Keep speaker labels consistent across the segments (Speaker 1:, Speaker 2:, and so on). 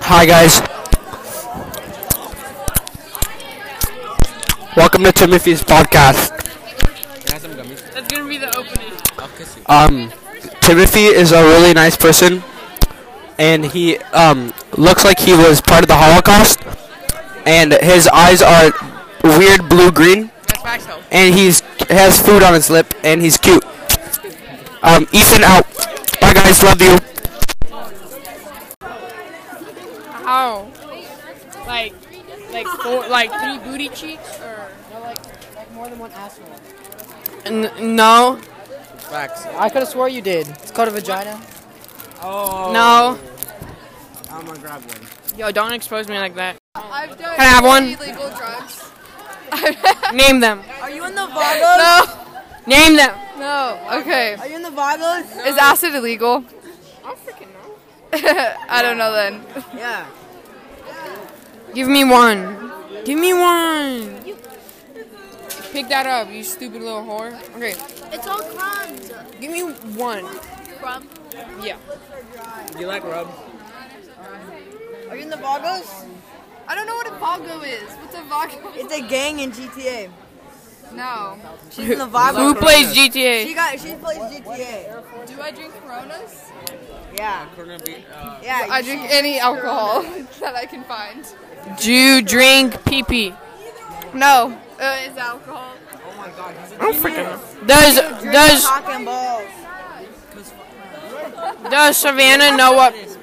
Speaker 1: Hi guys. Welcome to Timothy's podcast.
Speaker 2: That's gonna be the opening.
Speaker 1: Um, Timothy is a really nice person, and he um looks like he was part of the Holocaust, and his eyes are weird blue green,
Speaker 2: That's facts though.
Speaker 1: and he's has food on his lip, and he's cute. Um, Ethan out. Bye guys, love you.
Speaker 2: How? Like, like four, like three booty cheeks or?
Speaker 3: N- no,
Speaker 4: I could have swore you did. It's called a vagina.
Speaker 3: no.
Speaker 2: Yo, don't expose me like that.
Speaker 5: I've done
Speaker 3: Can I have one?
Speaker 5: illegal drugs.
Speaker 3: Name them.
Speaker 5: Are you in the Vagos?
Speaker 3: No. Name them.
Speaker 5: No. Okay.
Speaker 4: Are you in the Vagos?
Speaker 5: Is acid illegal? I freaking know. I don't know then.
Speaker 4: Yeah.
Speaker 3: Give me one. Give me one.
Speaker 2: Pick that up, you stupid little whore.
Speaker 3: Okay.
Speaker 6: It's all crumbs.
Speaker 3: Give me one.
Speaker 6: Crumb.
Speaker 2: Yeah.
Speaker 4: You like rub? Are you in the Vagos?
Speaker 5: I don't know what a vago is. What's a vago?
Speaker 4: It's a gang in GTA.
Speaker 5: No.
Speaker 4: She's in the Vagos.
Speaker 2: Who plays GTA?
Speaker 4: She got. She plays GTA.
Speaker 5: Do I drink Coronas?
Speaker 4: Yeah. Yeah.
Speaker 5: I drink any alcohol that I can find.
Speaker 2: Do you drink pee pee?
Speaker 5: No. Uh, is alcohol.
Speaker 2: Does
Speaker 4: Drink
Speaker 2: does
Speaker 4: cock and balls.
Speaker 2: does Savannah know what
Speaker 5: She's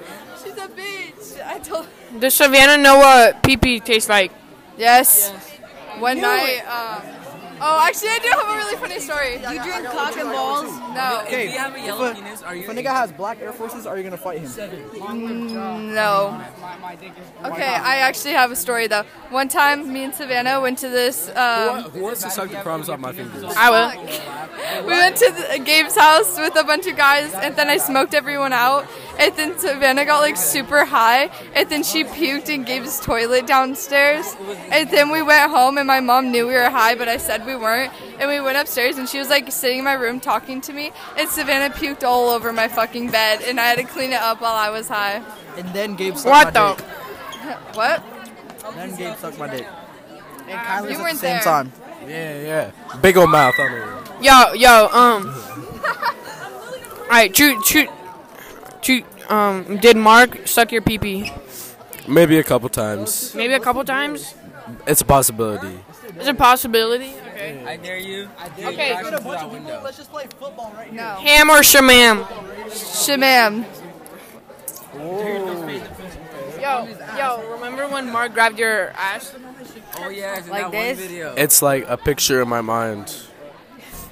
Speaker 5: a bitch. I told.
Speaker 2: does Savannah know what pee pee tastes like?
Speaker 5: Yes. One night. Um, oh, actually, I do have a really funny story. You drink cock and balls? No.
Speaker 7: If a nigga has black Air Forces, are you gonna fight him?
Speaker 5: No. Okay, I actually have a story though. One time, me and Savannah went to this. Um,
Speaker 8: Who wants to suck the crumbs off my fingers?
Speaker 2: I will.
Speaker 5: we went to the, Gabe's house with a bunch of guys, and then I smoked everyone out. And then Savannah got like super high, and then she puked in Gabe's toilet downstairs. And then we went home, and my mom knew we were high, but I said we weren't. And we went upstairs, and she was like sitting in my room talking to me, and Savannah puked all over my fucking bed, and I had to clean it up while I was high.
Speaker 7: And then Gabe sucked
Speaker 2: What the
Speaker 5: What?
Speaker 7: Then Gabe sucked my dick.
Speaker 5: You weren't there.
Speaker 8: Yeah, yeah. Big old mouth on it.
Speaker 2: Yo, yo, um. Alright, shoot, shoot, shoot. Um, did Mark suck your pee pee?
Speaker 8: Maybe a couple times.
Speaker 2: Maybe a couple times?
Speaker 8: It's a possibility.
Speaker 2: It's a possibility. Okay.
Speaker 9: I dare you. I dare
Speaker 2: Okay.
Speaker 9: you. Crash into that window.
Speaker 7: Let's just play football right now.
Speaker 5: No.
Speaker 2: Ham or shamam?
Speaker 5: Shamam.
Speaker 2: Yo, yo, remember when Mark grabbed your ass?
Speaker 9: Oh yeah, it's in
Speaker 4: Like
Speaker 9: that
Speaker 4: this?
Speaker 9: one video.
Speaker 8: It's like a picture in my mind.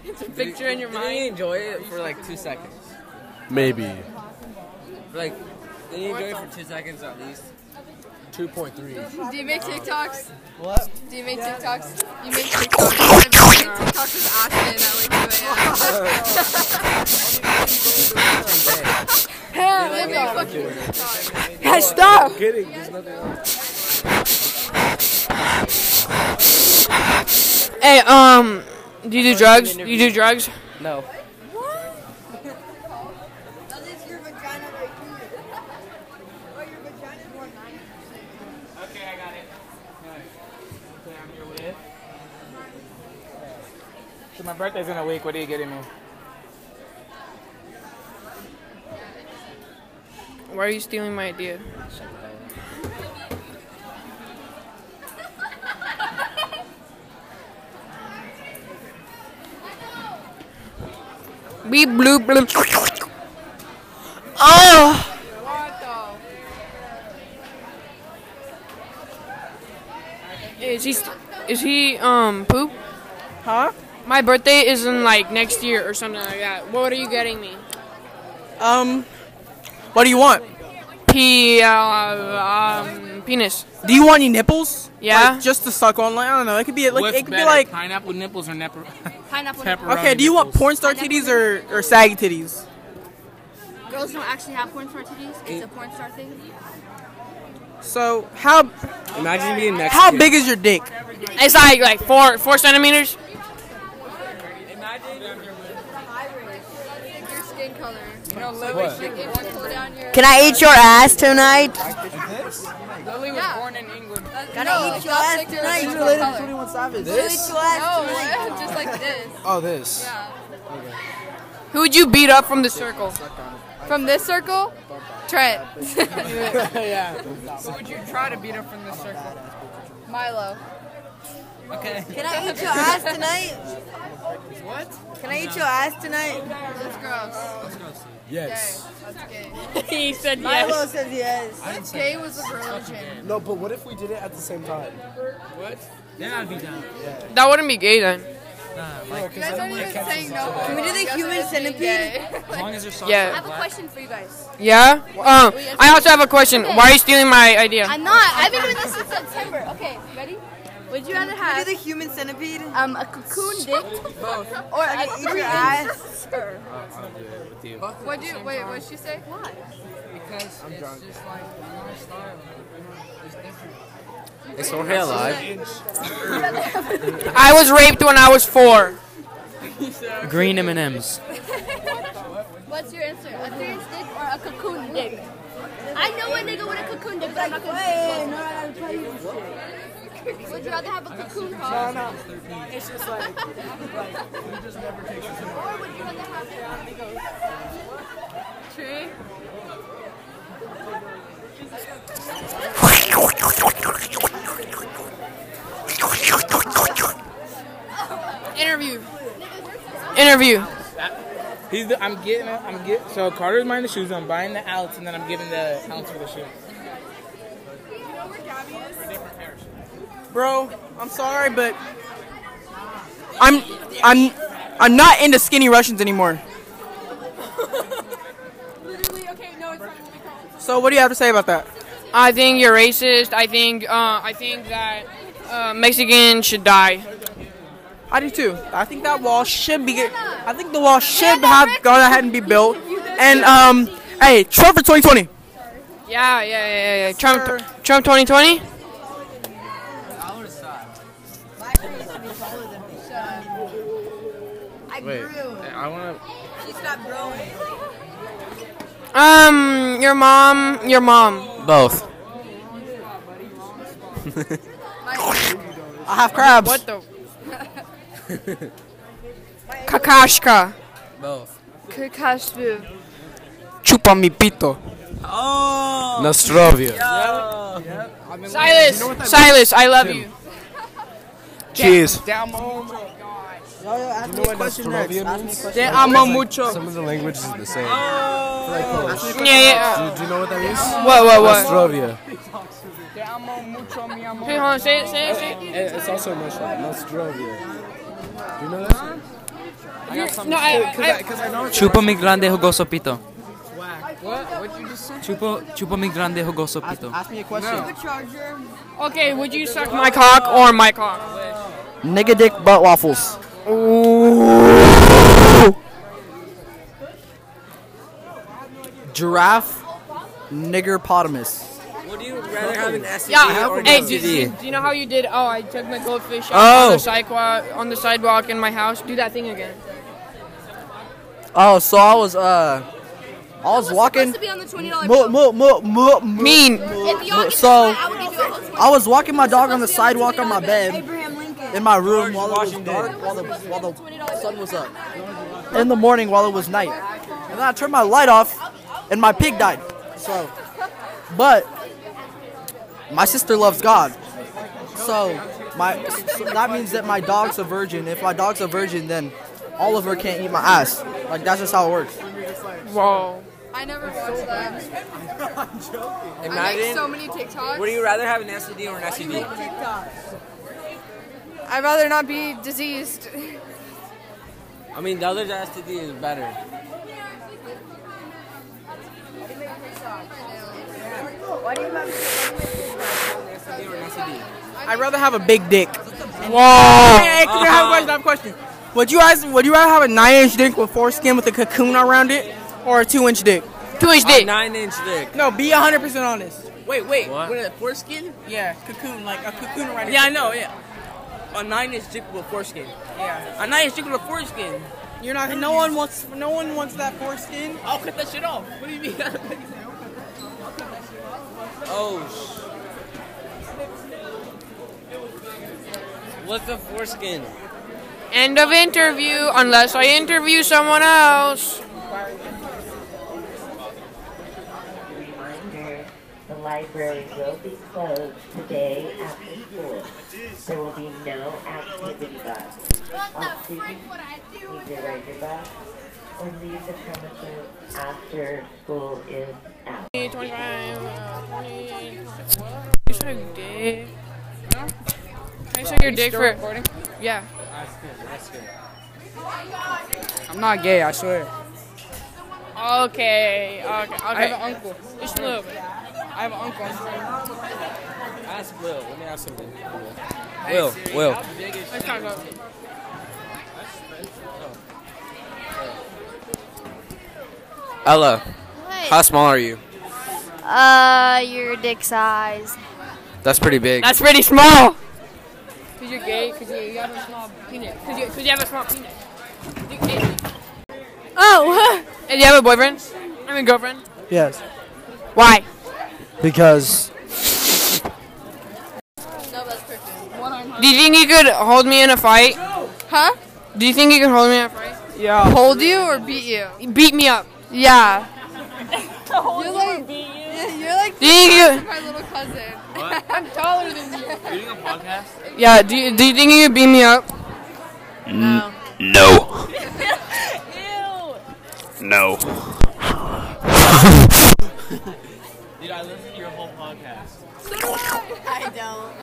Speaker 2: It's a picture in your
Speaker 9: Didn't
Speaker 2: mind.
Speaker 9: you enjoy it for like two seconds?
Speaker 8: Maybe.
Speaker 9: For, like, didn't you enjoy it for two seconds at least?
Speaker 8: 2.3.
Speaker 5: Do you make TikToks?
Speaker 7: What?
Speaker 5: Do you make TikToks? You make TikToks. I make TikToks with Ashton at like 2 a.m. Hell, I make fucking TikToks.
Speaker 2: Guys, stop!
Speaker 8: Kidding. There's nothing else.
Speaker 2: Hey, um, do you do drugs? You do drugs?
Speaker 4: No. Oh,
Speaker 10: So my birthday's in a week. What are you getting me?
Speaker 2: Why are you stealing my idea? Beep bloop bloop. Oh! Is he? St- is he? Um, poop?
Speaker 3: Huh?
Speaker 2: My birthday is in like next year or something like that. What are you getting me?
Speaker 3: Um. What do you want?
Speaker 2: P. Uh, um, penis.
Speaker 3: Do you want any nipples?
Speaker 2: Yeah.
Speaker 3: Like, just to suck on. Like I don't know. It could be like
Speaker 10: What's
Speaker 3: it could
Speaker 10: better,
Speaker 3: be like.
Speaker 10: pineapple nipples or nepper-
Speaker 6: Pineapple.
Speaker 10: pepperoni.
Speaker 3: Okay. Do you want
Speaker 10: nipples?
Speaker 3: porn star titties or or saggy titties?
Speaker 6: Girls don't actually have porn star titties. It's a porn star thing.
Speaker 3: So how
Speaker 9: Imagine being Mexican.
Speaker 3: how big is your dick?
Speaker 2: It's like like four four centimeters.
Speaker 9: Imagine.
Speaker 5: Your skin skin color. Like, if you pull down your-
Speaker 4: Can I eat your ass tonight?
Speaker 10: Lily was born in England.
Speaker 4: Can I eat your ass tonight?
Speaker 7: She's related to 21 Savage.
Speaker 4: This? Eat your ass tonight.
Speaker 5: No, just like this.
Speaker 7: Oh, this.
Speaker 2: Who would you beat up from the circle?
Speaker 5: From this circle, Trent.
Speaker 2: Who would you try to beat up from the circle?
Speaker 5: Milo.
Speaker 9: Okay.
Speaker 4: Can I eat your ass tonight? What? Can I eat your ass tonight?
Speaker 5: That's gross.
Speaker 8: Yes.
Speaker 5: That's gay.
Speaker 2: he said
Speaker 4: Milo
Speaker 2: yes.
Speaker 4: says yes.
Speaker 5: That's gay was a religion.
Speaker 7: No, but what if we did it at the same time?
Speaker 9: Then I'd be down.
Speaker 2: That wouldn't be gay then.
Speaker 9: Nah, like,
Speaker 5: You guys aren't even saying no. Can
Speaker 4: we do the human centipede?
Speaker 9: as long as your socks
Speaker 2: Yeah.
Speaker 6: I have a question for you guys.
Speaker 2: Yeah. Um. I also have a question. Why are you stealing my idea?
Speaker 6: I'm not. I've been doing this since September. Okay, ready? Would you rather
Speaker 4: Can we
Speaker 6: have
Speaker 4: do the human centipede?
Speaker 6: um, a cocoon dick or
Speaker 4: Can I
Speaker 6: a
Speaker 4: eat your
Speaker 6: three
Speaker 4: ass?
Speaker 5: What do? Wait, what'd she say?
Speaker 9: Because it's just like, my style. It's different.
Speaker 1: It's only alive.
Speaker 2: I was raped when I was four.
Speaker 11: Green M&Ms.
Speaker 6: What's your answer? A three inch dick or a cocoon dick? I know a nigga with a cocoon dick, but I'm not gonna
Speaker 4: Hey, no, I'm trying to-
Speaker 6: Would you rather have a cocoon car? No, no. It's just like, like he just never takes Or would you rather have Tree?
Speaker 2: Interview. Interview.
Speaker 10: He's the, I'm getting. A, I'm get. So Carter's buying the shoes. I'm buying the outs, and then I'm giving the ounce for the shoe.
Speaker 3: Bro, I'm sorry, but I'm I'm I'm not into skinny Russians anymore. So what do you have to say about that?
Speaker 2: I think you're racist. I think. Uh. I think that uh, Mexicans should die.
Speaker 3: I do too. I think that wall should be. I think the wall should have gone ahead and be built. And um, hey, Trump for 2020.
Speaker 2: Yeah. Yeah. Yeah. Yeah. yeah. Trump.
Speaker 3: Sir.
Speaker 2: Trump 2020.
Speaker 4: I grew.
Speaker 10: I want to.
Speaker 4: She stopped growing.
Speaker 2: Um. Your mom. Your mom.
Speaker 11: Both.
Speaker 3: I have crabs.
Speaker 2: What the? Kakashka.
Speaker 11: Both.
Speaker 5: Kukashbu.
Speaker 3: Chupa mi pito.
Speaker 8: Nostrovia.
Speaker 2: Silas. Silas, I love you.
Speaker 8: Cheers.
Speaker 10: Down my own.
Speaker 7: Yo, yo, ask me a question next. Ask me a question.
Speaker 3: Te amo mucho.
Speaker 8: Some of the languages are the same.
Speaker 2: Yeah. Yeah.
Speaker 8: Do, do you know what that means?
Speaker 2: What? What? What?
Speaker 8: Oh. Nostrovia.
Speaker 2: Hey, hold on. Say it. Say it. Say it.
Speaker 8: It's also mushroom. Nostrovia. Do you know that?
Speaker 2: No, I, I,
Speaker 11: Chupa mi grande jugoso pito. Chupa, chupa mi grande jugoso pito.
Speaker 7: Ask me a question.
Speaker 2: Okay, would you suck my cock or my cock?
Speaker 7: Nigga dick butt waffles. Giraffe niggerpotamus.
Speaker 9: What do you rather have an STD
Speaker 2: Yeah.
Speaker 9: or
Speaker 2: Hey,
Speaker 9: no?
Speaker 2: do, do, do you know how you did? Oh, I took my goldfish out
Speaker 7: Oh.
Speaker 2: on the sidewalk on the sidewalk in my house. Do that thing again.
Speaker 7: Oh, so I was uh, I was walking.
Speaker 6: Supposed to be on the twenty dollar
Speaker 7: Mo, mo, mo, mo, mo.
Speaker 2: Mean.
Speaker 6: If y'all get
Speaker 7: So-
Speaker 6: this one, I would give you a whole twenty.
Speaker 7: I was walking my dog on the sidewalk on my bed
Speaker 4: Abraham Lincoln.
Speaker 7: in my room while it was dark, while the while the sun was up. In the morning while it was night, and then I turned my light off, and my pig died. So, but my sister loves God, so my so that means that my dog's a virgin. If my dog's a virgin, then Oliver can't eat my ass. Like that's just how it works.
Speaker 2: Whoa.
Speaker 5: I never watched that. I make
Speaker 9: Imagine.
Speaker 5: so many TikToks.
Speaker 9: Would you rather have an STD or an STD?
Speaker 5: I'd rather not be diseased.
Speaker 9: I mean, the other STD is better. STD or an STD?
Speaker 3: I'd rather have a big dick.
Speaker 2: Whoa.
Speaker 3: Hey, hey, can I have a question? I have a question. Would you guys? Would you rather have a nine-inch dick with foreskin with a cocoon around it, or a two-inch dick?
Speaker 2: Two inch
Speaker 9: A
Speaker 2: dick.
Speaker 9: nine inch dick.
Speaker 3: No, be 100% honest. Wait, wait.
Speaker 9: What?
Speaker 3: a foreskin? Yeah, cocoon, like a cocoon around
Speaker 4: I know, yeah. A nine inch dick with foreskin.
Speaker 3: Yeah.
Speaker 4: A nine inch dick with a foreskin.
Speaker 3: You're not. No one wants. No one wants that foreskin.
Speaker 10: I'll cut that shit off. What do you mean?
Speaker 12: Oh. Sh- What's the foreskin?
Speaker 2: End of interview, unless I interview someone else.
Speaker 13: Reminder, the library will be closed today after school. There will be no activity bus. All students need to ride your bus or leave the premises after school is out.
Speaker 2: 25, uh, 20, Can you suck your dick? No? Can you suck your dick
Speaker 9: Still
Speaker 2: for
Speaker 9: recording?
Speaker 2: Yeah.
Speaker 12: That's good. That's good.
Speaker 9: I'm not gay, I swear.
Speaker 2: Okay, okay, okay.
Speaker 9: I have an uncle.
Speaker 2: Just a little bit.
Speaker 9: I have an uncle.
Speaker 12: Ask Will. Let me ask something.
Speaker 9: Hey,
Speaker 12: Will.
Speaker 9: Siri,
Speaker 12: Will.
Speaker 9: how big is
Speaker 2: Let's talk about
Speaker 1: Ella,
Speaker 14: What?
Speaker 1: how small are you?
Speaker 14: Uh, your dick size.
Speaker 1: That's pretty big.
Speaker 2: That's pretty small. Cause you're gay. Cause you, you have a small penis. Cause you, cause you have a small penis. You gay.
Speaker 14: Oh.
Speaker 2: and you have a boyfriend? I mean girlfriend.
Speaker 7: Yes.
Speaker 2: Why?
Speaker 7: Because
Speaker 2: Do you think you could hold me in a fight?
Speaker 5: Huh?
Speaker 2: Do you think you could hold me in a fight?
Speaker 3: Yeah.
Speaker 5: Hold you or beat you?
Speaker 2: Beat me up.
Speaker 5: Yeah.
Speaker 2: You're like,
Speaker 5: you're like
Speaker 2: Do you-
Speaker 5: my little cousin.
Speaker 12: What?
Speaker 5: I'm taller than you.
Speaker 12: You're doing a podcast?
Speaker 2: yeah. Do you, do you think you could beat me up?
Speaker 1: No. No. No.
Speaker 12: Dude, I listen to your whole podcast.
Speaker 4: I don't.